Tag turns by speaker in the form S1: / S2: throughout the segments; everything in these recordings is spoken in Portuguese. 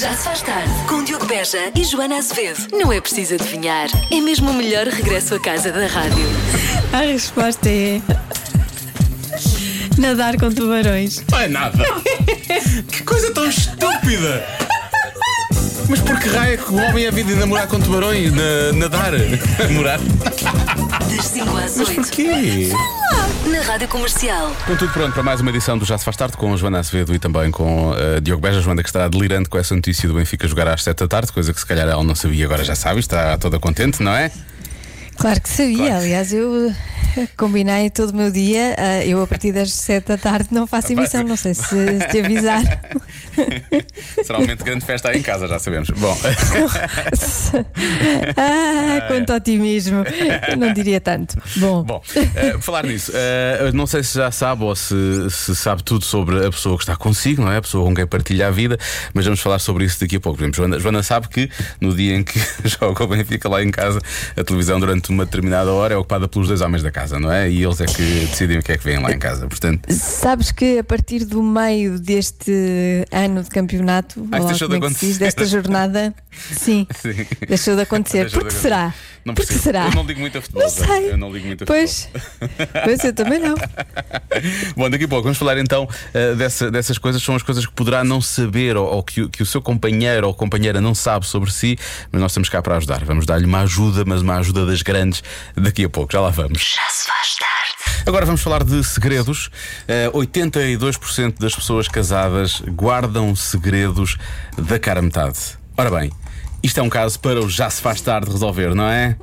S1: Já se faz tarde com Diogo Beja e Joana Azevedo. Não é preciso adivinhar, é mesmo o melhor regresso à casa da rádio.
S2: A resposta é. Nadar com tubarões.
S3: Não é nada. que coisa tão estúpida. Mas por que raio é que o homem é vida de namorar com tubarões? Na, nadar? Namorar?
S1: Das 5 às
S3: Mas
S1: 8,
S3: porquê?
S1: na rádio comercial.
S3: Com tudo pronto para mais uma edição do Já se faz tarde com a Joana Acevedo e também com a Diogo Beja. Joana que está delirante com essa notícia do Benfica jogar às 7 da tarde, coisa que se calhar ela não sabia e agora já sabe, está toda contente, não é?
S2: Claro que sabia,
S3: Claro.
S2: aliás, eu eh, combinei todo o meu dia. ah, Eu, a partir das 7 da tarde, não faço
S3: Ah, Vai.
S2: emissão, não sei se se te avisar.
S3: Será um momento de grande festa aí em casa, já sabemos. Bom,
S2: Ah, quanto otimismo! Eu não diria tanto. Bom,
S3: é. Bom, eh, por falar nisso, eh, não sei se já sabe ou se, se sabe tudo sobre a pessoa que está consigo, não é? A pessoa com quem partilha a vida, mas vamos falar sobre isso daqui a pouco. Por exemplo, Joana, Joana sabe que no dia em que joga o Benfica lá em casa, a televisão durante uma determinada hora é ocupada pelos dois homens da casa, não é? E eles é que decidem o que é que vêm lá em casa. Portanto,
S2: sabes que a partir do meio deste ano de campeonato,
S3: Ah, isto
S2: ou
S3: deixou de
S2: como é que se diz,
S3: acontecer.
S2: desta jornada, sim,
S3: Sim.
S2: deixou de acontecer.
S3: Deixa eu
S2: Por que
S3: ver.
S2: será?
S3: Não
S2: Por que
S3: percebo.
S2: será?
S3: Eu não ligo muito a futebol.
S2: Não sei.
S3: Eu não ligo muito a
S2: Pois, pois eu também não.
S3: Bom, daqui a pouco vamos falar então eh, dessa- dessas coisas. São as coisas que poderá não saber ou, ou que, o- que o seu companheiro ou companheira não sabe sobre si, mas nós estamos cá para ajudar. Vamos dar-lhe uma ajuda, mas uma ajuda das grandes daqui a pouco. Já lá vamos.
S1: Já se faz tarde.
S3: Agora vamos falar de segredos. Eh, 82% das pessoas casadas guardam segredos da cara metade. Ora bem, isto é um caso para o já se faz tarde resolver, não é?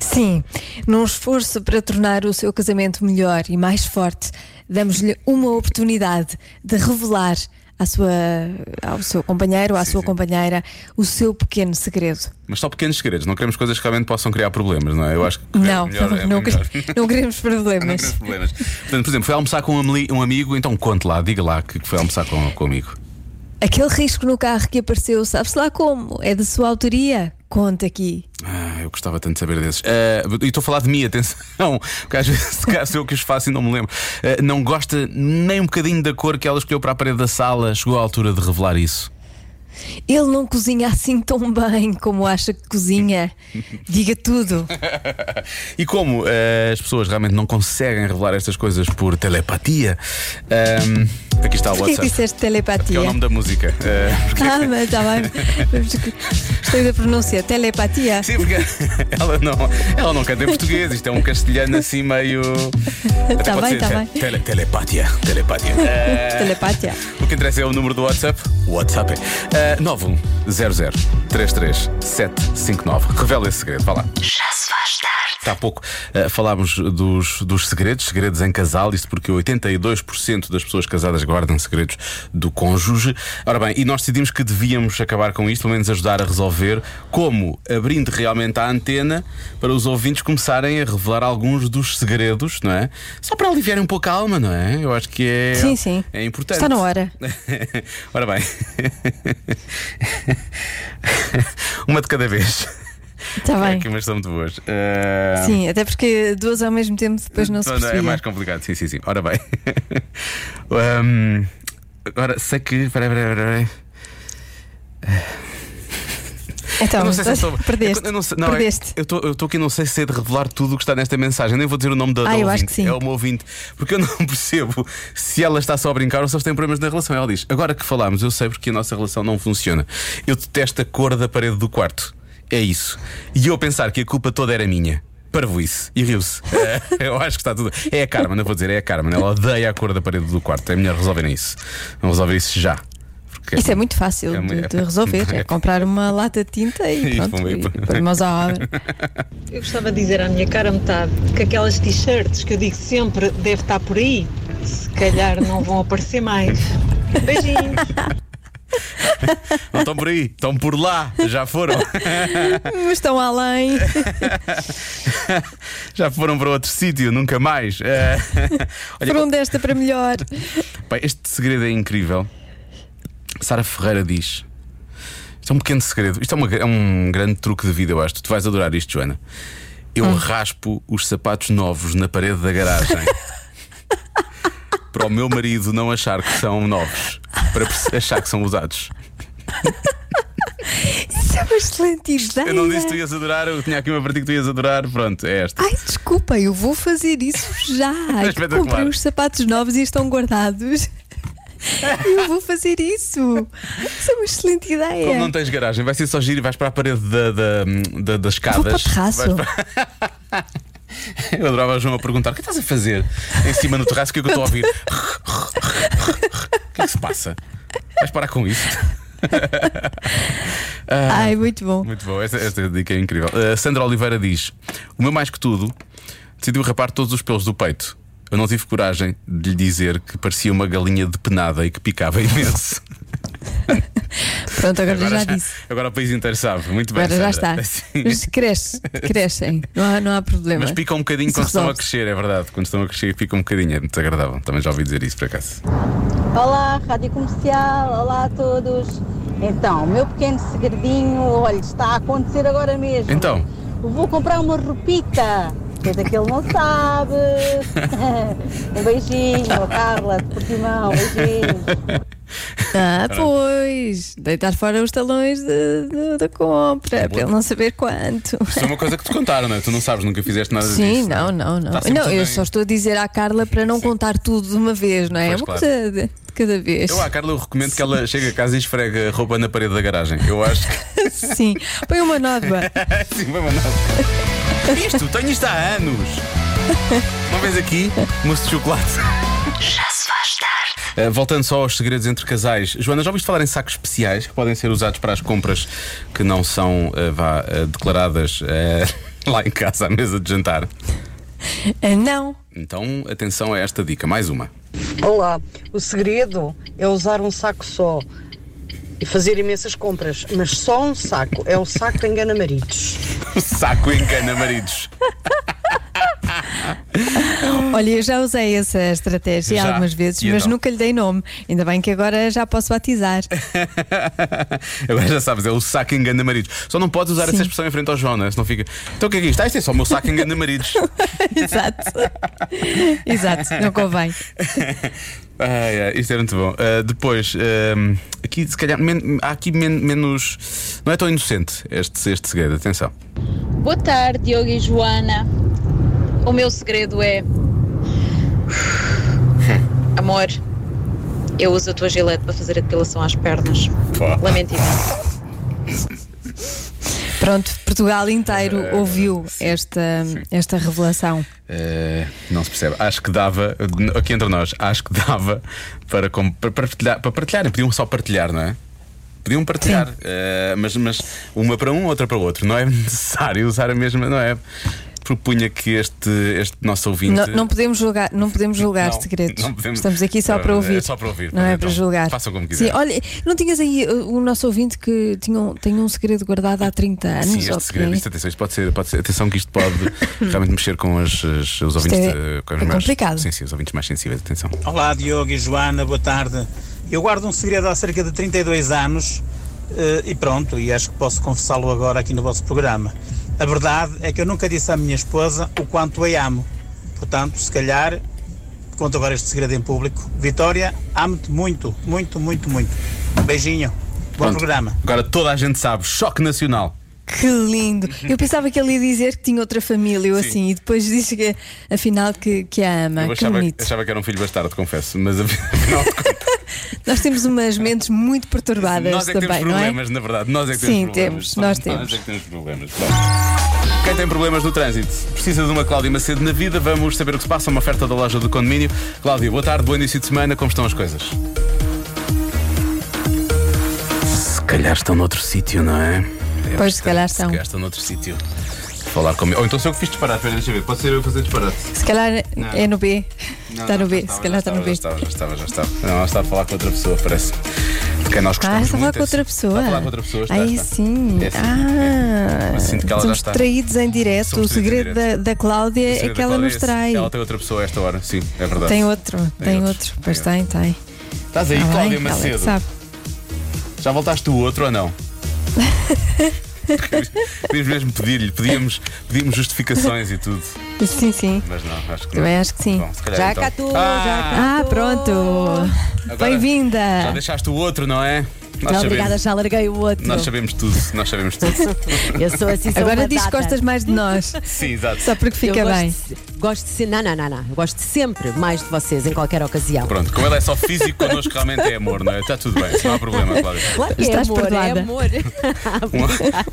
S2: Sim, num esforço para tornar o seu casamento melhor e mais forte, damos-lhe uma oportunidade de revelar à sua, ao seu companheiro, à
S3: Sim,
S2: sua
S3: sim.
S2: companheira, o seu pequeno segredo.
S3: Mas só pequenos segredos, não queremos coisas que realmente possam criar problemas, não é? Eu acho que é
S2: não,
S3: melhor- é
S2: não,
S3: melhor.
S2: quer- não queremos
S3: Não
S2: problemas.
S3: temos problemas. Portanto, por exemplo, foi almoçar com um, amli- um amigo, então conte lá, diga lá que que foi almoçar com, com um amigo.
S2: Aquele risco no carro que apareceu, sabe-se lá como? É da sua autoria? Conta aqui.
S3: Ah, eu gostava tanto de saber desses. Ah, e estou a falar de mim, atenção, porque às vezes caso eu que os faço e não me lembro. Ah, não gosta nem um bocadinho da cor que ela escolheu para a parede da sala, chegou à altura de revelar isso.
S2: Ele não cozinha assim tão bem como acha que cozinha. Diga tudo.
S3: E como ah, as pessoas realmente não conseguem revelar estas coisas por telepatia, ah, aqui está o
S2: Porquê que
S3: WhatsApp.
S2: disseste
S3: Que é o
S2: telepatia?
S3: nome da música. Ah, porque-
S2: Ah, mas está bem. Gostei da pronúncia. Telepatia.
S3: Sim, porque ela não, ela não canta em português, isto é um castelhano assim meio. Até
S2: Tá
S3: pode
S2: bem,
S3: ser
S2: tá
S3: te-
S2: bem.
S3: tele- telepatia. Telepatia. Eh,
S2: Telepatia.
S3: o que interessa é o número do WhatsApp. WhatsApp é. Uh, 910033759. Revela esse segredo, vá lá.
S1: Já se faz tarde.
S3: Há pouco eh, falámos dos, dos segredos, segredos em casal, isto porque 82% das pessoas casadas guardam segredos do cônjuge. Ora bem, e nós decidimos que devíamos acabar com isto, pelo menos ajudar a resolver, como abrindo realmente a antena para os ouvintes começarem a revelar alguns dos segredos, não é? Só para aliviarem um pouco a alma, não é? Eu acho que é,
S2: Sim, sim.
S3: é importante.
S2: Está na hora.
S3: Ora bem, uma de cada vez.
S2: Está
S3: É
S2: Tá bem.
S3: que umas são muito boas. Eh,
S2: Sim, até porque duas ao mesmo tempo depois não se
S3: Não, não, é
S2: percebia.
S3: mais complicado, sim, sim, sim. Ora bem. Hum, agora, sei que. Peraí, peraí, peraí. peraí.
S2: Então,
S3: eu não sei se eu estou.
S2: perdeste.
S3: Eu não sei- não, é-
S2: perdeste.
S3: eu tô- eu estou aqui, não sei se é de revelar tudo o que está nesta mensagem. Nem vou dizer o nome da,
S2: Ah,
S3: da
S2: eu acho
S3: ouvinte.
S2: que sim.
S3: É o meu ouvinte. Porque eu não percebo se ela está só a brincar ou se eles têm problemas na relação. Ela diz: Agora que falámos, eu sei porque a nossa relação não funciona. Eu detesto a cor da parede do quarto. É isso. E eu pensar que a culpa toda era minha. Parvoíce e riu-se. Eh, Eu acho que está tudo. É a Carmen, eu vou dizer, é a Carmen. Ela odeia a cor da parede do quarto. É melhor resolverem isso. Vamos resolver isso já. Porque-
S2: Isso é muito fácil
S3: É um
S2: de-
S3: muito-
S2: de, resolver. É comprar uma lata de tinta
S3: E
S2: e pronto.
S3: pum, e
S2: E
S3: pum.
S2: pôr mãos à obra.
S4: Eu gostava de dizer à minha cara metade que aquelas t-shirts que eu digo sempre deve estar por aí, se calhar não vão aparecer mais. Beijinhos!
S3: Não estão por aí, estão por lá. Já foram.
S2: Mas estão além.
S3: Já foram para outro sítio, nunca mais. Eh, olha,
S2: Por um desta para melhor.
S3: pá, este segredo é incrível. Sara Ferreira diz: Isto é um pequeno segredo, isto é, uma- é um grande truque de vida, eu acho. Tu vais adorar isto, Joana. Eu raspo os sapatos novos na parede da garagem para o meu marido não achar que são novos, para perce- achar que são usados.
S2: Isso é uma excelente ideia.
S3: Eu não disse que tu ias adorar, eu tinha aqui uma partida que tu ias adorar. Pronto, é esta.
S2: Ai, desculpa, eu vou fazer isso já. Ai, que
S3: espetacular.
S2: comprei uns sapatos novos e estão guardados. Eu vou fazer isso. Isso é uma excelente ideia.
S3: Como não tá? tens garagem, vai ser só giro e vais para a parede da, da, da- das escadas.
S2: Vou para o terraço.
S3: Vais Eu adorava o João a perguntar: o que estás a fazer em cima no terraço? O que é que eu estou a ouvir? O que é que se passa? Vais parar com isto?
S2: Ai, muito bom.
S3: Muito bom, esta, esta dica é incrível. Uh, Sandra Oliveira diz: O meu mais que tudo decidiu rapar todos os pelos do peito. Eu não tive coragem de lhe dizer que parecia uma galinha depenada e que picava imenso.
S2: Pronto, agora, já disse.
S3: agora o país inteiro sabe. Muito bem.
S2: Agora já está.
S3: Sandra. Sim.
S2: Mas cresce, crescem, não há, não há problema.
S3: Mas pica um bocadinho
S2: Isso
S3: quando estão a
S2: resolve-se.
S3: crescer, é verdade. Quando estão a crescer, pica um bocadinho. É desagradável. Também já ouvi dizer isso por acaso.
S5: Olá, Rádio Comercial, olá a todos. Então, o meu pequeno segredinho, olha, está a acontecer agora mesmo.
S3: Então.
S5: Vou comprar uma roupita, coisa que ele não sabe. um beijinho, a Carla de Portimão, beijinho.
S3: Tá
S2: Ah, pois, deitar fora os talões de- de- da
S3: É
S2: compra, para ele não saber quanto.
S3: Isso é uma coisa que te contaram, não é? Tu não sabes, nunca fizeste nada disso.
S2: Sim, não, não, não.
S3: Tá sempre
S2: Não,
S3: tudo
S2: eu
S3: em-
S2: só estou a dizer à Carla para não contar tudo de uma vez, não é?
S3: Pois,
S2: é uma
S3: claro.
S2: coisa de, de cada vez.
S3: Eu à Carla eu recomendo que ela chegue a casa e esfregue a roupa na parede da garagem. Eu acho que.
S2: Sim, põe uma nódoa.
S3: Sim, vai mandar. Isto, tenho isto há anos. Uma vez aqui, moço de chocolate.
S1: Já se faz tarde.
S3: Eh, voltando só aos segredos entre casais, Joana, já ouviste falar em sacos especiais que podem ser usados para as compras que não são eh, vá, eh, declaradas eh, lá em casa à mesa de jantar?
S2: Ah, não,
S3: Então, atenção a esta dica, mais uma.
S6: Olá, o segredo é usar um saco só e fazer imensas compras, mas só um saco. É um saco que engana maridos.
S3: O saco engana maridos.
S2: olha, eu já usei essa estratégia
S3: Já.
S2: algumas vezes,
S3: E
S2: mas
S3: então?
S2: nunca lhe dei nome. Ainda bem que agora já posso batizar.
S3: Agora já sabes, é o saco engana maridos. Só não podes usar essa
S2: Sim.
S3: expressão em frente ao João, não é? Senão fica. Então o que é que é isto? Ah, isto é só o meu saco engana maridos.
S2: Exato. Exato, não convém.
S3: Ai, ai, isto é muito bom. Ah, depois, ahm, aqui se calhar men- há aqui men- menos. Não é tão inocente este, este segredo, atenção.
S7: Boa tarde, Diogo e Joana. O meu segredo é. Amor, eu uso a tua gilete para fazer a depilação às pernas. Lamento imenso.
S2: Pronto, Portugal inteiro
S3: Eh,
S2: ouviu
S3: sim,
S2: esta, esta revelação.
S3: Ah, não se percebe. Acho que dava, aqui entre nós, acho que dava para, com- para partilhar, para partilharem. Podiam só partilhar, não é? Podiam partilhar, ah, mas, mas uma para um, outra para o outro. Não é necessário usar a mesma, não é? Propunha que este, este nosso ouvinte.
S2: Não, não podemos julgar, não podemos julgar
S3: Não,
S2: segredos.
S3: não podemos.
S2: Estamos aqui só
S3: É,
S2: para ouvir.
S3: é só para ouvir,
S2: Não é
S3: então,
S2: para julgar.
S3: façam como
S2: Sim,
S3: quiserem.
S2: olha, não tinhas aí uh, o nosso ouvinte que tinha um, tem um segredo guardado há 30 anos?
S3: Sim, este
S2: ou
S3: segredo,
S2: que-
S3: isto, atenção, isto pode ser, pode ser- atenção que isto pode realmente mexer com as, as- os ouvintes,
S2: é-
S3: eh, com os
S2: é
S3: mais-
S2: complicado.
S3: Sim, sim, os ouvintes mais sensíveis, atenção.
S8: Olá, Diogo e Joana, boa tarde. Eu guardo um segredo há cerca de 32 anos eh, e pronto, e acho que posso confessá-lo agora aqui no vosso programa. A verdade é que eu nunca disse à minha esposa o quanto a amo. Portanto, se calhar, conto agora este segredo em público. Vitória, amo-te muito, muito, muito, muito. Beijinho. Bom
S3: Pronto.
S8: programa.
S3: Agora toda a gente sabe, choque nacional.
S2: Que lindo! Eu pensava que ele ia dizer que tinha outra família ou
S3: Uhum. Sim.
S2: assim, e depois disse que afinal que, que a ama.
S3: Eu
S2: Que
S3: achava,
S2: bonito.
S3: achava que era um filho bastardo, confesso, mas afinal de contas,
S2: Nós temos umas mentes muito perturbadas
S3: nós é que
S2: também,
S3: temos
S2: não é?
S3: problemas, na verdade. Nós é que
S2: Sim,
S3: temos problemas.
S2: temos, nós
S3: Nós
S2: temos.
S3: é que temos problemas. Bom, Quem tem problemas no trânsito precisa de uma Cláudia Macedo na vida. Vamos saber o que se passa. Uma oferta da loja do condomínio. Cláudia, boa tarde, bom início de semana. Como estão as coisas? Se calhar estão noutro sítio, não é? Deve
S2: Pois, se
S3: estar-
S2: calhar estão.
S3: Se calhar estão noutro sítio. Falar comigo. Ou então sou eu que fiz disparate, espera, deixa eu ver. Pode ser eu que fazer disparate.
S2: Se calhar é no B. está
S3: Não, não,
S2: Tá no B,
S3: já
S2: se calhar
S3: já
S2: está no B.
S3: Já estava, já estava, já estava. Não, ela está a falar com outra pessoa, parece. De Quem nós
S2: Ah,
S3: gostamos
S2: está a falar
S3: muito,
S2: com outra pessoa.
S3: Está a falar com outra pessoa, está,
S2: Aí
S3: está.
S2: sim.
S3: É assim,
S2: ah,
S3: é. Mas sinto que ela já
S2: somos
S3: está.
S2: traídos em direto.
S3: Somos
S2: o segredo
S3: traídos em
S2: da, da Cláudia
S3: O segredo
S2: é que
S3: da
S2: ela nos
S3: Cláudia é esse.
S2: trai.
S3: Ela tem outra pessoa a esta hora, sim, é verdade.
S2: Tem outro, tem,
S3: outro.
S2: outro. Pois
S3: Tem
S2: tem, tem.
S3: Estás aí,
S2: Tá bem, ela é
S3: Cláudia
S2: que
S3: Macedo.
S2: sabe.
S3: Já voltaste o outro ou não? Podíamos mesmo pedir-lhe, podíamos, podíamos justificações e tudo,
S2: Sim, sim.
S3: mas não, acho que não.
S2: Também acho que sim.
S3: Bom, se calhar
S5: Já
S3: então.
S5: cá tu,
S3: Ah,
S2: Ah, pronto.
S3: agora-
S2: Bem-vinda.
S3: Já deixaste o outro, não é? Nós
S9: Não,
S3: sabemos.
S9: obrigada, já larguei o outro.
S3: Nós sabemos tudo, nós sabemos tudo.
S9: Eu sou assim, sou
S2: Agora
S9: uma
S2: diz que
S9: data.
S2: gostas mais de nós.
S3: Sim, exato.
S2: é Só porque
S9: Eu
S2: fica
S9: gosto
S2: bem.
S9: de- Gosto de ser. Não, não, não, não. Eu gosto sempre mais de vocês, em qualquer ocasião.
S3: Pronto, como ele é só físico, connosco realmente é amor, não é? Está tudo bem, não há problema, Cláudia.
S9: Claro que
S2: Estás
S9: é amor,
S2: perdoada.
S9: é amor.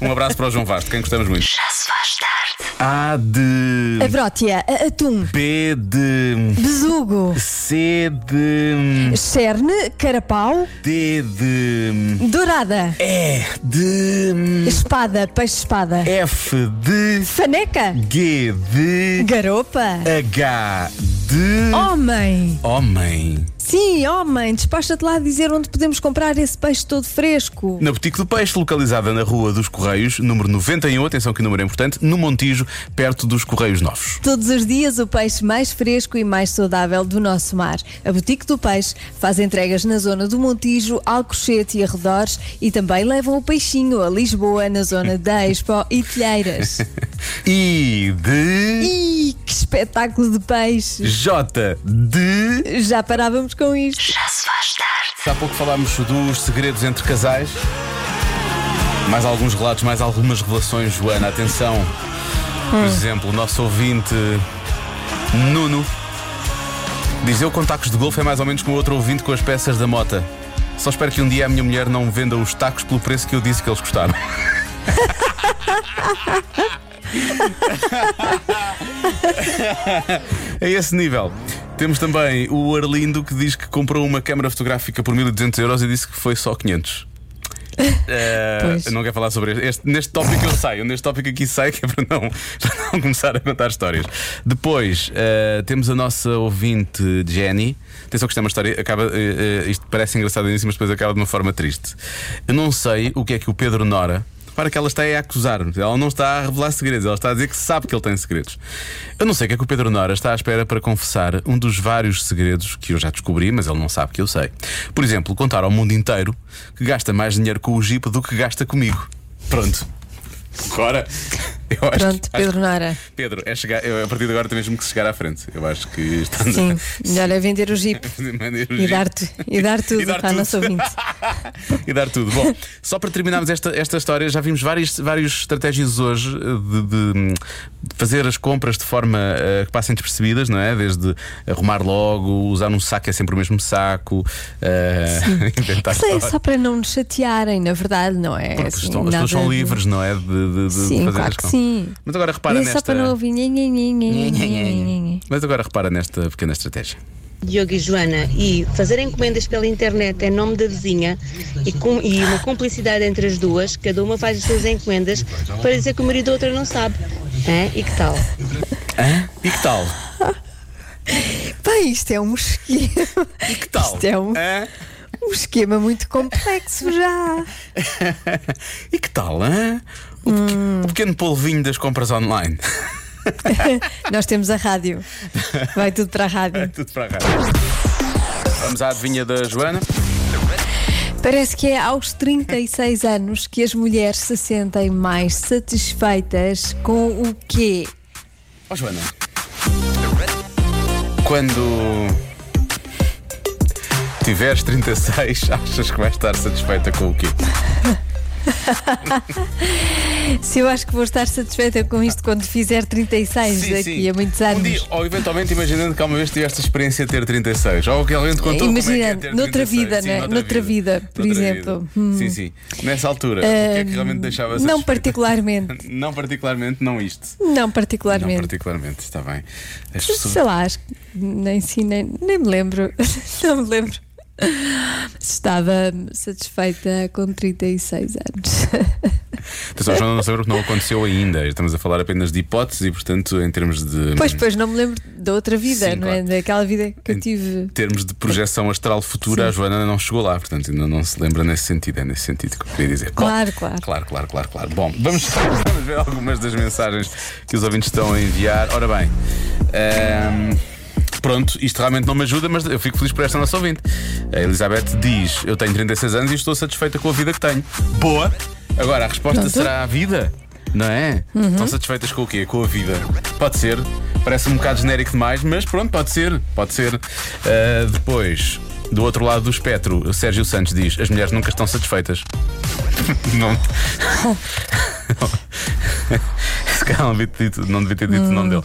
S3: Um, um abraço para o João Vasto, quem gostamos muito.
S1: Já se faz tarde.
S3: A de.
S2: A brótia, a- atum,
S3: B de.
S2: besugo,
S3: C de.
S2: cerne, carapau,
S3: D de.
S2: dourada,
S3: E de.
S2: espada, peixe-espada,
S3: F de.
S2: faneca,
S3: G de.
S2: garopa,
S3: H Oh, de.
S2: homem.
S3: Homem.
S2: Sim, homem, despacha-te lá a dizer onde podemos comprar esse peixe todo fresco.
S3: Na Boutique do Peixe, localizada na Rua dos Correios, número 91, atenção que o número é importante, no Montijo, perto dos Correios Novos.
S2: Todos os dias o peixe mais fresco e mais saudável do nosso mar. A Boutique do Peixe faz entregas na zona do Montijo, Alcochete e arredores e também levam o peixinho a Lisboa, na zona da Expo e Telheiras.
S3: I de
S2: Ih, que espetáculo de peixe!
S3: J de.
S2: Já parávamos com isto.
S1: Já se faz tarde.
S3: Há pouco falámos dos segredos entre casais. Mais alguns relatos, mais algumas revelações, Joana. Atenção. Por exemplo, o nosso ouvinte Nuno diz: Eu com tacos de golfe é mais ou menos como outro ouvinte com as peças da mota. Só espero que um dia a minha mulher não me venda os tacos pelo preço que eu disse que eles custaram. A esse nível. Temos também o Arlindo que diz que comprou uma câmara fotográfica por 1200 euros e disse que foi só 500. Eh,
S2: Pois.
S3: não quero falar sobre este. este- Neste tópico eu saio, neste tópico aqui saio que é para não, para não começar a contar histórias. Depois eh, temos a nossa ouvinte Jenny. Atenção que isto é uma história, acaba, eh, eh, isto parece engraçado no início, mas depois acaba de uma forma triste. Eu não sei o que é que o Pedro Nora. Para que ela está a acusar, ela não está a revelar segredos, ela está a dizer que sabe que ele tem segredos. Eu não sei o que é que o Pedro Nora está à espera para confessar um dos vários segredos que eu já descobri, mas ele não sabe que eu sei. Por exemplo, contar ao mundo inteiro que gasta mais dinheiro com o Jeep do que gasta comigo. Pronto. Agora, eu
S2: Pronto,
S3: acho que, acho-
S2: Pedro Nara.
S3: Pedro, é chegar, eu, a partir de agora tem mesmo que chegar à frente. Eu acho que está na-
S2: Sim, melhor é vender o jeep.
S3: de maneira
S2: E dar,
S3: urgente.
S2: e dar tudo
S3: E dar
S2: à
S3: tudo.
S2: nossa ouvinte.
S3: e dar tudo. Bom, só para terminarmos esta, esta história, já vimos várias, várias estratégias hoje eh, de, de, hum, de fazer as compras de forma eh, que passem despercebidas, não é? Desde arrumar logo, usar um saco é sempre o mesmo saco, eh, inventar
S2: Sei,
S3: histórias.
S2: só para não nos chatearem, na verdade, não é?
S3: Porque
S2: assim,
S3: estão- as pessoas
S2: nada
S3: são
S2: de-
S3: livres, não é? De, de- de
S2: Sim,
S3: fazer
S2: claro
S3: as
S2: que
S3: compras.
S2: sim.
S3: Mas agora repara
S2: É
S3: nesta.
S2: só para não ouvir. Nhe, nhe, nhe, nhe, nhe, nhe, nhe, nhe.
S3: Mas agora repara nesta pequena estratégia.
S7: Diogo e Joana, e fazer encomendas pela internet em nome da vizinha e, com, e uma cumplicidade entre as duas, cada uma faz as suas encomendas para dizer que o marido da outra não sabe. Hã? E que tal?
S3: E que tal?
S2: Pá, isto é um esquema.
S3: E que tal?
S2: Isto é um-
S3: Hã?
S2: Um esquema muito complexo já.
S3: E que tal, hã? O, pequ- o pequeno polvinho das compras online.
S2: Nós temos a rádio. Vai tudo para a rádio.
S3: É Tudo para a rádio. Vamos à adivinha da Joana.
S2: Parece que é aos 36 anos que as mulheres se sentem mais satisfeitas com o quê?
S3: Ó Joana. Quando tiveres 36, achas que vais estar satisfeita com o quê?
S2: Se eu acho que vou estar satisfeita com isto quando fizer 36 daqui a muitos anos.
S3: Um dia, ou eventualmente imaginando que alguma vez tiveste a experiência de ter 36. Ou que alguém te contou como é que é
S2: Imaginando,
S3: ter
S2: noutra
S3: 36.
S2: vida,
S3: Sim,
S2: né? Noutra vida, por
S3: Noutra
S2: exemplo. Hum.
S3: vida. Sim, sim. Nessa altura, o que é que realmente deixava
S2: não
S3: satisfeita?
S2: particularmente.
S3: Não particularmente, não isto.
S2: Não
S3: Não
S2: particularmente.
S3: particularmente, está bem. As pessoas-
S2: Sei lá, acho que nem, sim, nem, nem me lembro. Não me lembro. Se Estava satisfeita com 36 anos.
S3: Atenção, Joana, não sabemos que não aconteceu ainda. Estamos a falar apenas de hipóteses e, portanto, em termos de.
S2: Pois, pois, não me lembro da outra vida,
S3: Hum. Sim,
S2: não é?
S3: claro.
S2: Daquela vida que eu
S3: Em
S2: tive.
S3: termos de projeção astral futura, a Joana não chegou lá, portanto, ainda não se lembra nesse sentido. É nesse sentido que eu queria dizer. Bom,
S2: Claro, claro.
S3: Claro, claro, claro, claro. Bom, vamos, vamos ver algumas das mensagens que os ouvintes estão a enviar. Ora bem. ehm, ahm, Pronto, isto realmente não me ajuda, mas eu fico feliz por esta nossa ouvinte. A Elizabeth diz: Eu tenho 36 anos e estou satisfeita com a vida que tenho. Boa! Agora, a resposta
S2: Pronto.
S3: será a vida, não é? Estão satisfeitas com o quê? Com a vida. Pode ser. Parece um bocado genérico demais, mas pronto, pode ser. Pode ser. Ah, depois. Do outro lado do espectro, o Sérgio Santos diz: as mulheres nunca estão satisfeitas. não. Se calhar não devia ter dito, não devia ter dito o nome
S2: Hum.
S3: dele.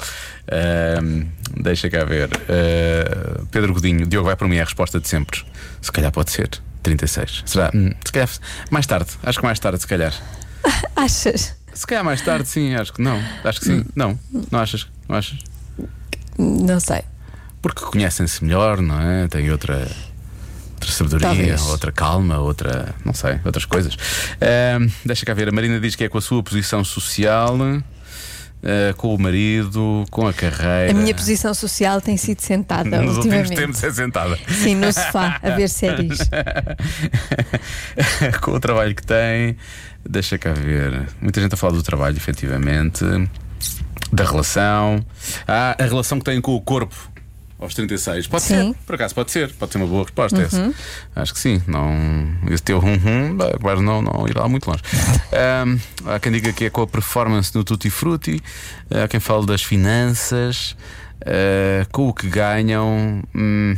S3: Ahm, deixa cá ver. Ah, Pedro Godinho, Diogo vai para mim, é a resposta de sempre. Se calhar pode ser. 36. Será? Hum, se calhar. Mais tarde. Acho que mais tarde, se calhar.
S2: Achas?
S3: Se calhar mais tarde, sim, acho que não. Acho que
S2: Hum.
S3: sim. Não. Não achas? Não achas?
S2: Não sei.
S3: Porque conhecem-se melhor, não é? Tem outra, outra sabedoria,
S2: Talvez.
S3: outra calma, outra. não sei, outras coisas. Ahm, deixa cá ver, a Marina diz que é com a sua posição social, ah, com o marido, com a carreira.
S2: A minha posição social tem sido sentada
S3: Nos últimos
S2: ultimamente.
S3: tempos é sentada.
S2: Sim, no sofá, a ver séries.
S3: com o trabalho que tem. Deixa cá ver. Muita gente a falar do trabalho, efetivamente. Da relação. Ah, a relação que tem com o corpo aos 36. Pode
S2: Sim.
S3: ser, por acaso pode ser. Pode ser uma boa resposta essa. Acho que sim. Não, esse teu hum hum-hum, agora não, não irá muito longe. Ahm, há quem diga que é com a performance no Tutti Frutti. Há quem fale das finanças. ah, com o que ganham. Hum,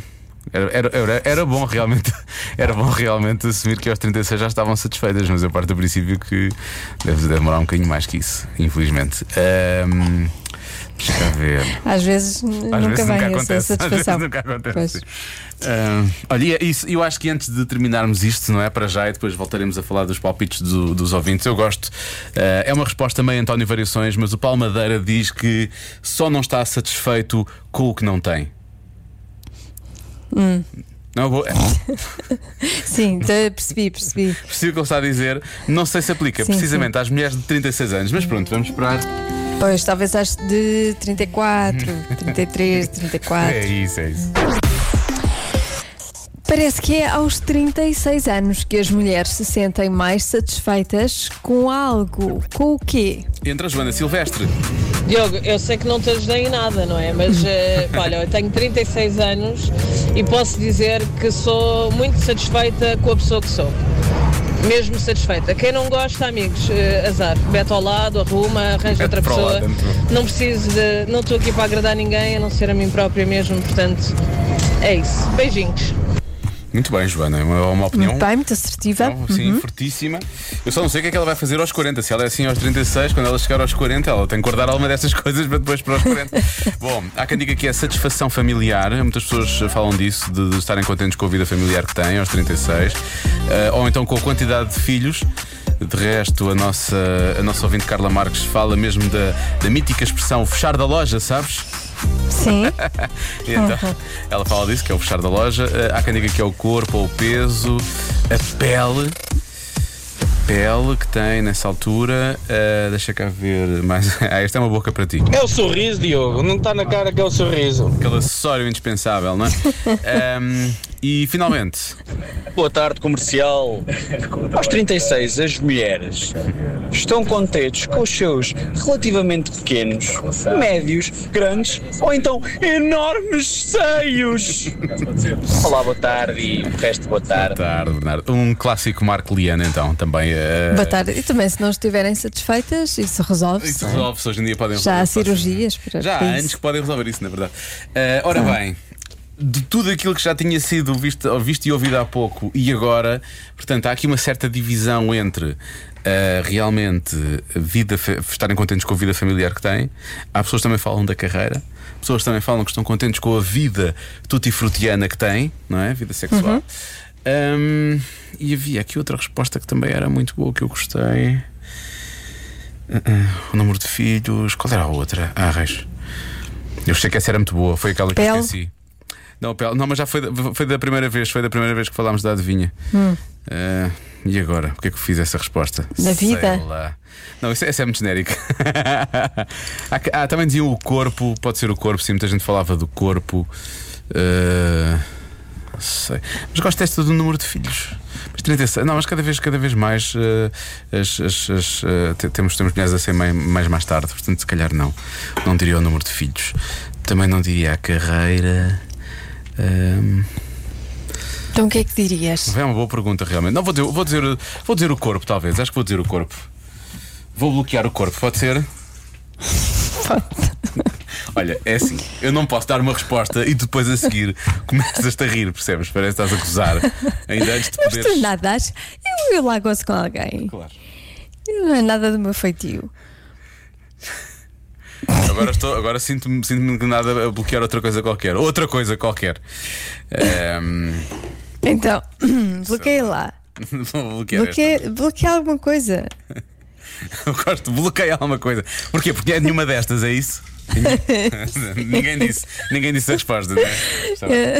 S3: era, era, era, era bom realmente Era bom realmente assumir que aos 36 já estavam satisfeitas Mas eu parto do princípio que Deve demorar um bocadinho mais que isso Infelizmente Ahm, Deixa cá ver
S2: Às vezes
S3: Às
S2: nunca
S3: vezes
S2: vem essa
S3: nunca acontece
S2: satisfação.
S3: Às vezes nunca acontece
S2: Pois.
S3: sim. Ahm, Olha, e é isso, eu acho que antes de terminarmos isto Não é para já e depois voltaremos a falar dos palpites do- dos ouvintes Eu gosto Ah, É uma resposta meio António Variações Mas o Paulo Madeira diz que Só não está satisfeito com o que não tem
S2: Hum.
S3: Não, vou...
S2: Sim, te- percebi, percebi.
S3: Percebo o que ele está a dizer. Não sei se aplica
S2: Sim,
S3: precisamente às mulheres de 36 anos, mas pronto, vamos esperar.
S2: Pois, talvez às de 34, 33, 34.
S3: isso, é isso.
S2: Parece que é aos 36 anos que as mulheres se sentem mais satisfeitas com algo. Com o quê?
S3: Entra a Joana Silvestre.
S4: Diogo, eu sei que não te ajudei em nada, não é? Mas eh, olha, eu tenho 36 anos e posso dizer que sou muito satisfeita com a pessoa que sou. Mesmo satisfeita. Quem não gosta, amigos, eh, azar. Mete ao lado, arruma,
S3: Mete
S4: arranja outra
S3: para o
S4: pessoa.
S3: lado, é muito bom.
S4: Não preciso de. Não estou aqui para agradar ninguém, a não ser a mim própria mesmo. Portanto, é isso. Beijinhos.
S3: Muito bem, Joana, é uma, uma opinião.
S2: Muito bem, muito assertiva.
S3: Não, Sim, Então, assim, fortíssima. Eu só não sei o que é que ela vai fazer aos 40. Se ela é assim aos 36, quando ela chegar aos 40, ela tem que guardar alguma dessas coisas para depois para os 40. Bom, há quem diga que é satisfação familiar. Muitas pessoas eh, falam disso, de, de estarem contentes com a vida familiar que têm aos 36. Eh, ou então com a quantidade de filhos. De resto, a nossa, a nossa ouvinte Carla Marques fala mesmo da, da mítica expressão fechar da loja, sabes?
S2: Sim,
S3: E então,
S2: Uhum.
S3: ela fala disso, que é o fechar da loja. Eh, Há quem diga que é o corpo, ou o peso, a pele. A pele que tem nessa altura. Eh, deixa cá ver mais. Ah, esta é uma boca para ti.
S10: É o sorriso, Diogo. Não está na cara que é o sorriso.
S3: Aquele acessório indispensável, não é? Ahm, e finalmente,
S10: Boa tarde, comercial. Aos 36, as mulheres estão contentes com os seus relativamente pequenos, médios, grandes ou então enormes seios. Olá, boa tarde e o resto, boa tarde.
S3: tarde, Bernardo. Um clássico Marco Liana, então, também. eh,
S2: batalha. E também, se não estiverem satisfeitas, isso resolve-se.
S3: Isso
S2: não é?
S3: resolve-se hoje em dia podem
S2: Já há
S3: resolver.
S2: cirurgias para
S3: Já há
S2: para
S3: anos
S2: é isso.
S3: que podem resolver isso, na verdade. Ah, ora bem, de tudo aquilo que já tinha sido visto, visto e ouvido há pouco e agora, portanto, há aqui uma certa divisão entre. ah, realmente a vida fa- estarem contentes com a vida familiar que têm. Há pessoas que também falam da carreira, pessoas que também falam que estão contentes com a vida tutifrutiana que têm, não é? Vida sexual. Ahm, e havia aqui outra resposta que também era muito boa, que eu gostei. O número de filhos. Qual era a outra? Ah, reis. Eu sei que essa era muito boa, foi aquela que eu
S2: Pele?
S3: esqueci. Não, pele. Não, mas já foi, da- foi da primeira vez, foi da primeira vez que falámos da adivinha. Ah, e agora? O que é que eu fiz essa resposta?
S2: Hum. Na vida?
S3: Sei lá. Não, isso- essa é muito genérica. Há que- ah, também diziam o corpo, pode ser o corpo, sim, muita gente falava do corpo. Ah, não sei. Mas gosto desta do número de filhos. Mas 36. Não, mas cada vez, cada vez mais eh, as- as- as, eh, te- temos, temos mulheres a ser mais, mais mais tarde, portanto, se calhar não. Não diria o número de filhos. Também não diria a carreira. Ahm,
S2: Então, o que é que dirias?
S3: é uma boa pergunta, realmente. Não, vou dizer, vou, dizer, vou dizer o corpo, talvez. Acho que vou dizer o corpo. Vou bloquear o corpo, pode ser? Pode. Olha, é assim, eu não posso dar uma resposta e depois a seguir começas-te a rir, percebes? Parece que estás a gozar. Ainda antes de
S2: Não estou
S3: poderes.
S2: nada. acho- Eu, eu lá gozo com alguém.
S3: Claro.
S2: Não é nada do meu feitio.
S3: Agora, estou, agora sinto-me sinto nada a bloquear outra coisa qualquer. Outra coisa qualquer. Ahm,
S2: Então, bloqueei lá.
S3: vou bloquear esta.
S2: Bloqueei, bloqueei alguma coisa.
S3: Eu gosto, bloqueia alguma coisa. Porquê? Porque é nenhuma destas, é isso? ninguém disse, ninguém disse a resposta, não é? Está bem.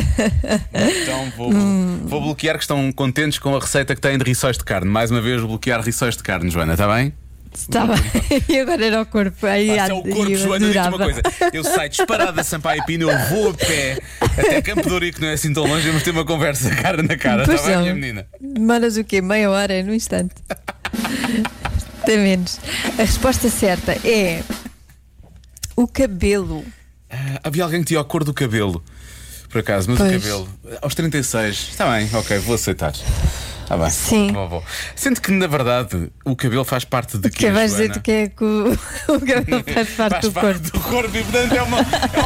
S3: Então vou, vou bloquear que estão contentes com a receita que têm de rissóis de carne. Mais uma vez, bloquear rissóis de carne, Joana, está bem?
S2: Está bem. E agora era o corpo. Aí,
S3: Pá, se é o corpo,
S2: eu
S3: Joana, digo-te uma
S2: adorava.
S3: coisa. Eu saio disparado da Sampaio Pina, eu vou a pé até Campo de Ourique, não é assim tão longe, mas ter uma conversa cara na cara,
S2: Pois
S3: está bem,
S2: não.
S3: minha menina?
S2: Demoras o quê? Meia hora? É No instante. Até menos. A resposta certa é. O cabelo.
S3: Ah, Havia alguém que tinha a cor do cabelo, por acaso, mas o
S2: Pois.
S3: cabelo. Aos 36. Está bem, ok, vou aceitar. Está bem.
S2: Sim.
S3: Vou, vou. Sendo que, na verdade, o cabelo faz parte de
S2: Que
S3: quê?
S2: vais dizer
S3: Joana?
S2: tu que é que o, o cabelo faz parte
S3: Faz
S2: do corpo.
S3: parte do corpo e, portanto, é, uma, é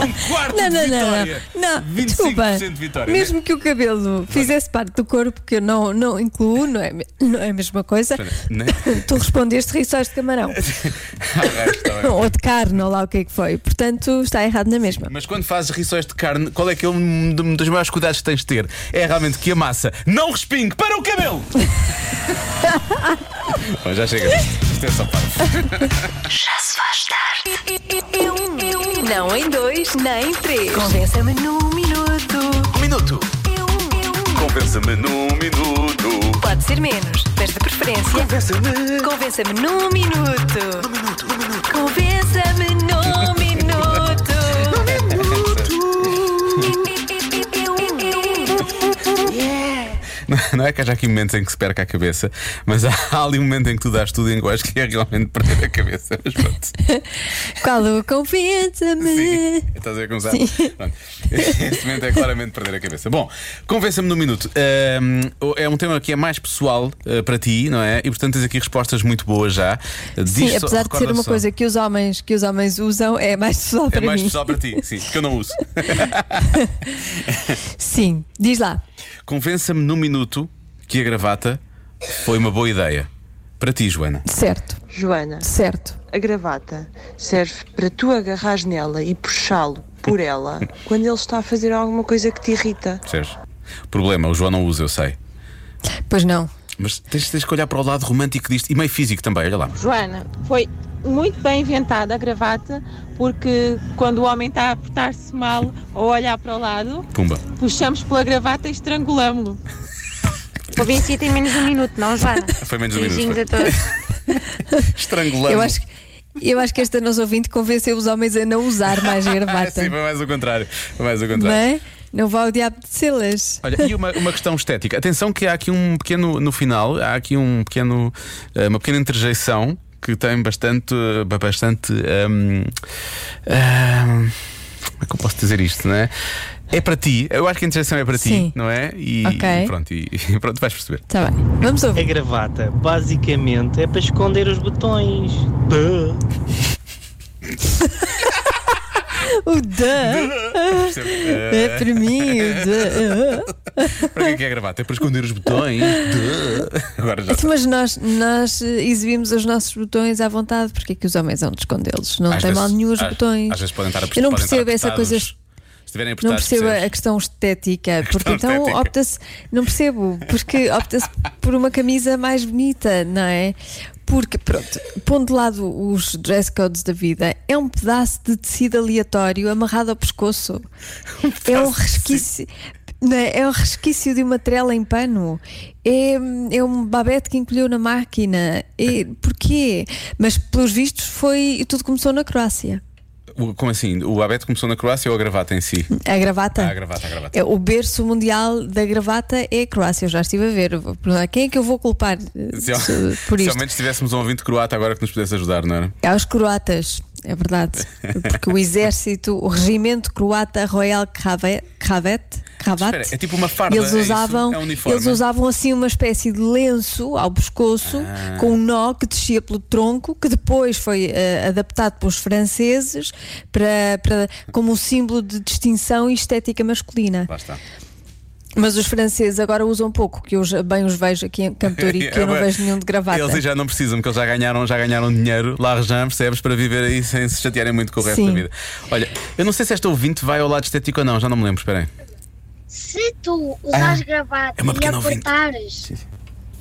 S3: um quarto
S2: Não, não,
S3: de
S2: não,
S3: vitória.
S2: não. não
S3: 25%
S2: desculpa.
S3: de vitória. né?
S2: Mesmo que o cabelo fizesse parte do corpo, que eu não, não incluo, não é, não é a mesma coisa,
S3: Espera, né?
S2: tu respondeste riçóis de camarão.
S3: Ah, ok, está bem.
S2: ou de carne, ou lá o que é que foi. Portanto, está errado na mesma.
S3: Mas quando fazes rissóis de carne, qual é que é um de- dos maiores cuidados que tens de ter? É realmente que a massa não respingue para o cabelo! Bom, já chega. Isto é só parte.
S1: Já se faz tarde. Não em dois, nem em três. Convença-me num minuto.
S3: Um minuto.
S1: Eu, eu.
S3: Convença-me num minuto.
S1: Pode ser menos, mas de preferência.
S3: Convença-me.
S1: Convença-me num minuto. Num minuto, num minuto. Convença-me num minuto.
S3: Não é que haja aqui momentos em que se perca a cabeça, mas há há ali um momento em que tu dás tudo em que eu acho que é realmente perder a cabeça. Mas pronto.
S2: Qual o convença-me?
S3: Sim. Estás a começar? Pronto. Esse momento é claramente perder a cabeça. Bom, convença-me num minuto. Ahm, é um tema que é mais pessoal ah, para ti, não é? E portanto tens aqui respostas muito boas já. Ah, Diz
S2: Sim,
S3: só-
S2: apesar de ser
S3: recorda
S2: uma
S3: só.
S2: coisa que os homens, que os homens usam, é mais pessoal
S3: É
S2: para
S3: mais
S2: mim.
S3: pessoal para ti, sim, porque eu não uso.
S2: Sim, diz lá.
S3: Convença-me num minuto que a gravata foi uma boa ideia. Para ti, Joana.
S2: Certo,
S5: Joana,
S2: certo.
S5: a gravata serve para tu agarrares nela e puxá-lo por ela quando ele está a fazer alguma coisa que te irrita.
S3: Percebes? Problema, o João não usa, eu sei.
S2: Pois não.
S3: Mas tens, tens que olhar para o lado romântico disto e meio físico também, olha lá.
S5: Joana, foi muito bem inventada a gravata, porque quando o homem está a portar-se mal ou a olhar para o lado,
S3: Pumba.
S5: puxamos pela gravata e estrangulamos-lo.
S7: Convenci tem menos de um minuto, não, Joana?
S3: Foi menos um minuto.
S7: Beijinhos
S3: foi.
S7: a todos.
S3: Estrangulando.
S2: Eu acho, que- eu acho que esta nos ouvinte convenceu os homens a não usar mais a gravata.
S3: Ah, Sim, foi mais o contrário. Foi mais o contrário.
S2: é Mas não vá ao diabo de selas.
S3: Olha, e uma, uma questão estética. Atenção que há aqui um pequeno, no final, há aqui um pequeno, eh, uma pequena interjeição que tem bastante, eh, ba- bastante, ehm, ehm, como é que eu posso dizer isto, não é? É para ti, eu acho que a interjeição é para ti,
S2: Sim.
S3: não é? E,
S2: Ok.
S3: e pronto, e, e pronto, vais perceber.
S2: Está Tá bem, vamos
S11: A
S2: ouvir.
S11: gravata, basicamente, é para esconder os botões. Duh.
S2: O da
S3: Percebe? Eh,
S2: é para mim. O da.
S3: para que é que é gravata? É para esconder os botões. Agora já.
S2: Então, Mas nós, nós eh, exibimos os nossos botões à vontade, porque é que os homens vão escondê-los? Não
S3: Às
S2: tem mal
S3: vezes-
S2: nenhum os
S3: às-
S2: botões.
S3: Às vezes podem estar a
S2: Eu não
S3: podem estar
S2: percebo essa
S3: apertados.
S2: coisa.
S3: Se estiverem
S2: Não
S3: apertados,
S2: percebo
S3: percebes?
S2: a questão estética, porque
S3: questão
S2: então
S3: estética.
S2: opta-se, não percebo, porque opta-se por uma camisa mais bonita, não é? Porque, pronto, pondo de lado os dress codes da vida, é um pedaço de tecido aleatório amarrado ao pescoço. é um resquício. não é? É um resquício de uma trela em pano. É, é um babete que encolheu na máquina. É, porquê? Mas, pelos vistos, foi. Tudo começou na Croácia.
S3: O- Como assim? O Abete começou na Croácia ou a gravata em si?
S2: A gravata.
S3: Ah, a gravata, a gravata.
S2: É, o berço mundial da gravata é a Croácia. Eu já estive a ver. Eu vou perguntar, Quem é que eu vou culpar eh,
S3: Se, é um- ao-
S2: se- por
S3: se
S2: isto?
S3: ao menos tivéssemos um ouvinte croata agora que nos pudesse ajudar, não era?
S2: Aos croatas. É verdade. Porque o exército, o regimento croata Royal Kravet, Kravet Kravat,
S3: Espera, é tipo uma farda,
S2: eles
S3: é isso?
S2: usavam,
S3: É um uniforme.
S2: eles usavam assim uma espécie de lenço ao pescoço
S3: Ah.
S2: com um nó que descia pelo tronco, que depois foi eh, adaptado pelos franceses para, para- como um símbolo de distinção e estética masculina.
S3: Lá está.
S2: Mas os franceses agora usam pouco, que eu já- bem os vejo aqui em Campo de Ourique, que eu não vejo nenhum de gravata.
S3: É Eles aí já não precisam, porque eles já ganharam, já ganharam dinheiro, lá já percebes, para viver aí sem se chatearem muito com o resto
S2: Sim.
S3: da vida. Olha, eu não sei se esta ouvinte vai ao lado estético ou não, já não me lembro, esperem.
S12: Se tu usares gravata
S3: é uma
S12: e
S3: pequena ouvinte.
S12: apertares,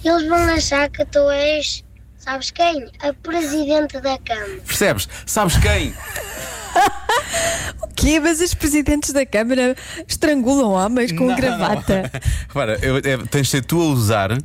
S12: eles vão achar que tu és, sabes quem? A presidente da Câmara.
S3: Percebes? Sabes quem?
S2: O quê? Mas os presidentes da Câmara estrangulam homens com
S3: Não,
S2: gravata.
S3: Repara, eu- é, tens de ser tu a usar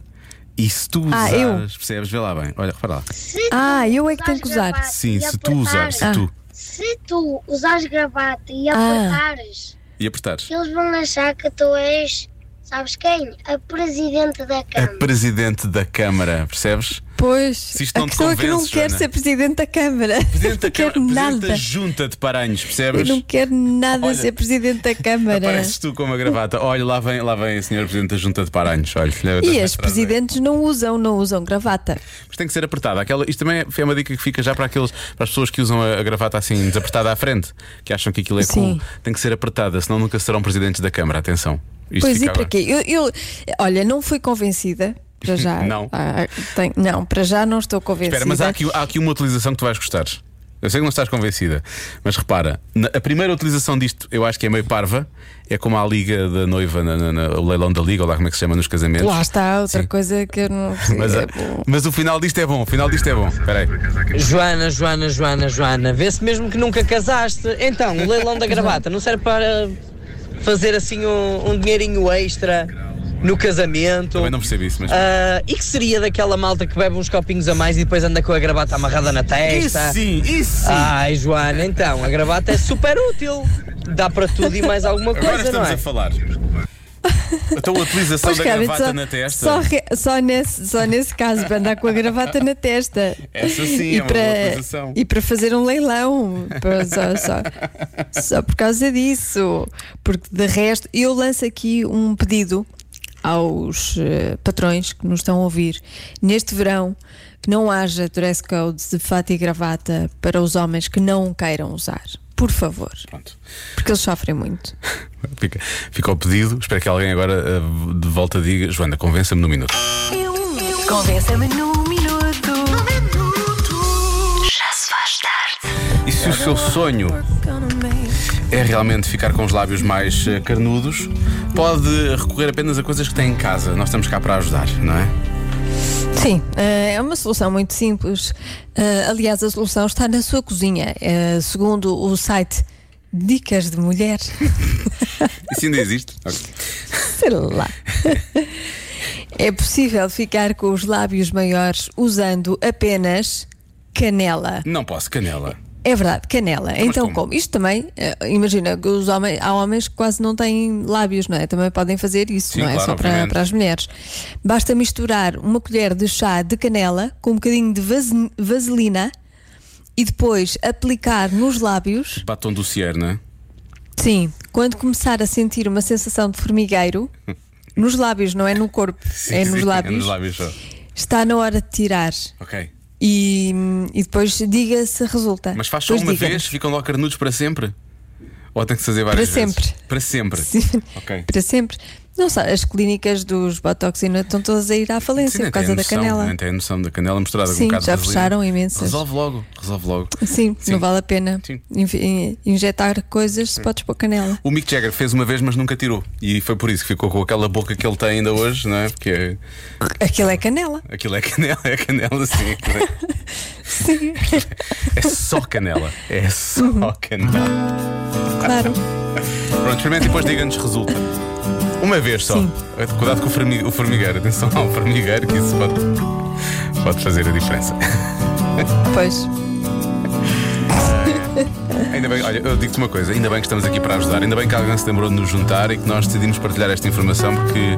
S3: e se tu
S2: Ah,
S3: usares,
S2: eu?
S3: percebes? Vê lá bem, olha, repara lá.
S2: Ah, eu é que tenho que usar.
S12: gravata
S3: Sim,
S12: e
S3: se tu usares, se
S12: apertares.
S3: tu
S12: Se tu usares gravata e
S2: Ah.
S12: apertares,
S3: e apertares.
S12: eles vão achar que tu és, sabes quem? A presidente da
S3: A
S12: Câmara.
S3: presidente da Câmara, percebes?
S2: Pois,
S3: isto não
S2: a
S3: te
S2: questão é que eu não
S3: convences,
S2: quero
S3: Joana.
S2: ser presidente da Câmara.
S3: Presidente da
S2: não quero
S3: Câmara, presidente da
S2: nada.
S3: Junta de Paranhos,
S2: Eu
S3: percebes?
S2: não quero nada
S3: Olha,
S2: ser presidente da Câmara.
S3: Apareces tu com uma gravata. Olha, lá vem, lá vem a senhora Presidente da Junta de Paranhos. Olha, filha,
S2: E
S3: tá-
S2: as
S3: tá-
S2: presidentes não usam, não usam gravata.
S3: Mas tem que ser apertada. Aquela, isto também é uma dica que fica já para, aqueles, para as pessoas que usam a, a gravata assim desapertada à frente, que acham que aquilo é cool.
S2: Sim.
S3: Tem que ser apertada, senão nunca serão presidentes da Câmara. Atenção. Isto
S2: pois e
S3: fica
S2: para
S3: agora.
S2: quê? Eu, eu- olha, não fui convencida. Para já.
S3: Não.
S2: Ah, tenho- não, para já não estou convencida.
S3: Espera, mas há aqui, há aqui uma utilização que tu vais gostar. Eu sei que não estás convencida, mas repara, na- a primeira utilização disto eu acho que é meio parva, é como a liga da noiva, na- na- na- o leilão da liga, ou lá como é que se chama nos casamentos.
S2: Lá está outra coisa que eu não. É
S3: Mas, ah, a- mas o final disto é bom, o final disto é bom. Espera aí.
S13: Joana, Joana, Joana, Joana, vê-se mesmo que nunca casaste. Então, o leilão da gravata não serve para fazer assim um, um dinheirinho extra no casamento?
S3: Também não percebi isso, mas.
S13: Ah, e que seria daquela malta que bebe uns copinhos a mais e depois anda com a gravata amarrada na testa?
S3: Isso sim, isso sim.
S2: Ah.
S13: Ai, Joana, então, a gravata é super útil. Dá para tudo e mais alguma coisa,
S3: Agora estamos
S13: não é?
S3: a falar. Então a utilização
S2: Pois,
S3: da
S2: cara,
S3: gravata
S2: só,
S3: na testa.
S2: Só, re- só nesse, só nesse caso, para andar com a gravata na testa.
S3: Essa sim
S2: e
S3: é uma
S2: para,
S3: boa utilização.
S2: E para fazer um leilão. para- só, só, só por causa disso. Porque de resto, eu lanço aqui um pedido aos eh, patrões que nos estão a ouvir. Neste verão, que não haja dress code de fato e gravata para os homens que não queiram usar. Por favor. Porque eles sofrem muito.
S3: Fica, fica o pedido. Espero que alguém agora eh, de volta diga: Joana, convença-me no minuto.
S1: Convença-me num minuto. Já se faz tarde.
S3: E se o seu sonho é realmente ficar com os lábios mais eh, carnudos, pode recorrer apenas a coisas que tem em casa. Nós estamos cá para ajudar, não é?
S2: Sim, eh, é uma solução muito simples. Eh, Aliás, a solução está na sua cozinha, eh, segundo o site Dicas de Mulher.
S3: Isso ainda existe. Ok.
S2: Sei lá. É possível ficar com os lábios maiores usando apenas canela.
S3: Não posso, canela.
S2: É verdade, canela. então, como? Isto também, eh, imagina, que os homens, há homens que quase não têm lábios, não é? Também podem fazer isso,
S3: Sim,
S2: não é?
S3: claro,
S2: Só para,
S3: obviamente.
S2: para as mulheres. Basta misturar uma colher de chá de canela com um bocadinho de vase- vaselina e depois aplicar nos lábios.
S3: Batom do Cier, não é?
S2: Sim, quando começar a sentir uma sensação de formigueiro, nos lábios, não é no corpo,
S3: Sim,
S2: é nos
S3: sim,
S2: lábios,
S3: É nos lábios só.
S2: está na hora de tirar.
S3: Ok.
S2: E, e depois diga se resulta.
S3: Mas faz só
S2: Ah, Depois
S3: uma
S2: diga-nos.
S3: vez, ficam logo carnudos para sempre? Ou tem que se fazer várias
S2: Para
S3: vezes?
S2: sempre.
S3: Para sempre.
S2: Sim.
S3: Ok.
S2: para sempre. Não sabe, as clínicas dos Botox e não estão todas a ir à falência
S3: Sim, nem
S2: por causa
S3: tem a
S2: da
S3: noção, né?
S2: canela.
S3: Nem tem a noção da canela misturada com
S2: Sim,
S3: um bocado de
S2: já
S3: vaselina.
S2: fecharam imensas.
S3: Resolve logo, resolve logo.
S2: Sim, não vale a pena inve- injetar coisas
S3: Hum.
S2: se podes pôr canela.
S3: O Mick Jagger fez uma vez, mas nunca tirou. E foi por isso que ficou com aquela boca que ele tem ainda hoje, não é? Porque
S2: Aquilo é canela.
S3: aquilo é canela, é canela, sim. aquilo é-
S2: Sim,
S3: É só canela. É
S2: Uhum.
S3: só canela.
S2: claro.
S3: Pronto, experimenta e depois diga-nos resulta. Uma vez só. É Cuidado com o, formi- o formigueiro. Atenção ao formigueiro, que isso pode, pode fazer a diferença.
S2: Pois.
S3: Ainda bem, olha, eu digo-te uma coisa, ainda bem que estamos aqui para ajudar, ainda bem que alguém se lembrou de nos juntar e que nós decidimos partilhar esta informação porque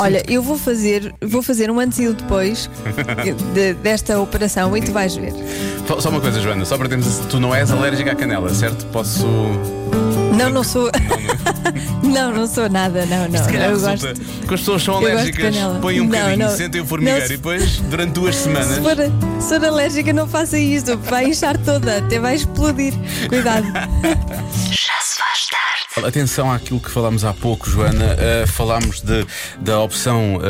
S2: Olha, eu vou fazer, vou fazer um antes e um depois de- desta operação e tu vais ver.
S3: Só- Só uma coisa, Joana, só para termos. Tu não és alérgica à canela, certo? Posso.
S2: Não, não sou. Não, não sou nada, não, não.
S3: Se calhar
S2: Eu
S3: resulta
S2: gosto.
S3: que as pessoas são
S2: eu gosto de
S3: alérgicas,
S2: canela.
S3: põem um
S2: Não,
S3: bocadinho,
S2: não.
S3: sentem o formigueiro
S2: Não, se-
S3: e depois, durante duas semanas.
S2: Se for, se for alérgica, não faça isto. Vai inchar toda, até vai explodir. Cuidado. Já se faz tarde.
S3: Atenção àquilo que falámos há pouco, Joana. Uh, falámos de, da opção, uh,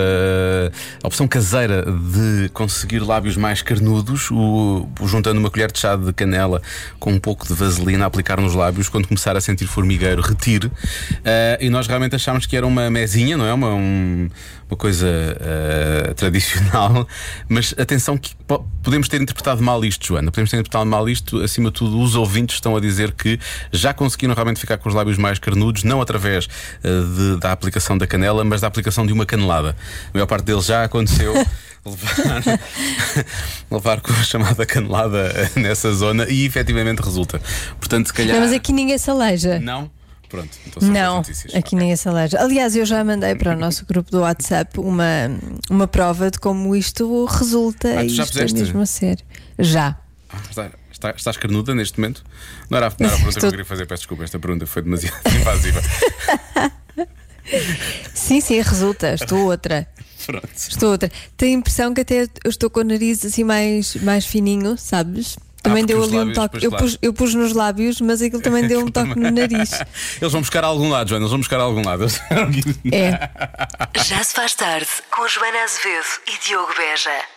S3: a opção caseira de conseguir lábios mais carnudos, o- o juntando uma colher de chá de canela com um pouco de vaselina a aplicar nos lábios. Quando começar a sentir formigueiro, retire. Uh, e nós realmente achámos que era uma mesinha, não é? Uma, um- uma coisa uh, tradicional. Mas atenção, que po- podemos ter interpretado mal isto, Joana. Podemos ter interpretado mal isto. Acima de tudo, os ouvintes estão a dizer que já conseguiram realmente ficar com os lábios mais carnudos, não através eh, de- da aplicação da canela, mas da aplicação de uma canelada. A maior parte deles já aconteceu. Levar, levar com a chamada canelada eh, nessa zona e efetivamente resulta. Portanto, se calhar.
S2: Não, mas aqui ninguém se aleja.
S3: Não? Pronto, então são
S2: Não,
S3: as notícias.
S2: aqui ninguém se aleja. Aliás, eu já mandei para o nosso grupo do WhatsApp uma, uma prova de como isto resulta.
S3: Ah, tu
S2: e
S3: já
S2: isto
S3: puseste?
S2: é mesmo a ser. Já.
S3: Ah, está- está- estás carnuda neste momento? Não era, a- não era a pergunta que eu
S2: Estou-
S3: queria fazer, peço desculpa, esta pergunta foi demasiado invasiva.
S2: Sim, sim, resulta. Estou outra.
S3: Pronto.
S2: Estou outra. Tenho a impressão que até eu estou com o nariz assim mais, mais fininho, sabes? Também
S3: Ah, porque
S2: deu
S3: os
S2: ali um
S3: lábios,
S2: toque.
S3: pois,
S2: Eu
S3: claro.
S2: pus, eu pus nos lábios, mas aquilo também deu um toque no nariz.
S3: Eles vão buscar a algum lado, Joana, eles vão buscar a algum lado.
S2: É.
S1: Já se faz tarde com Joana Azevedo e Diogo Beja.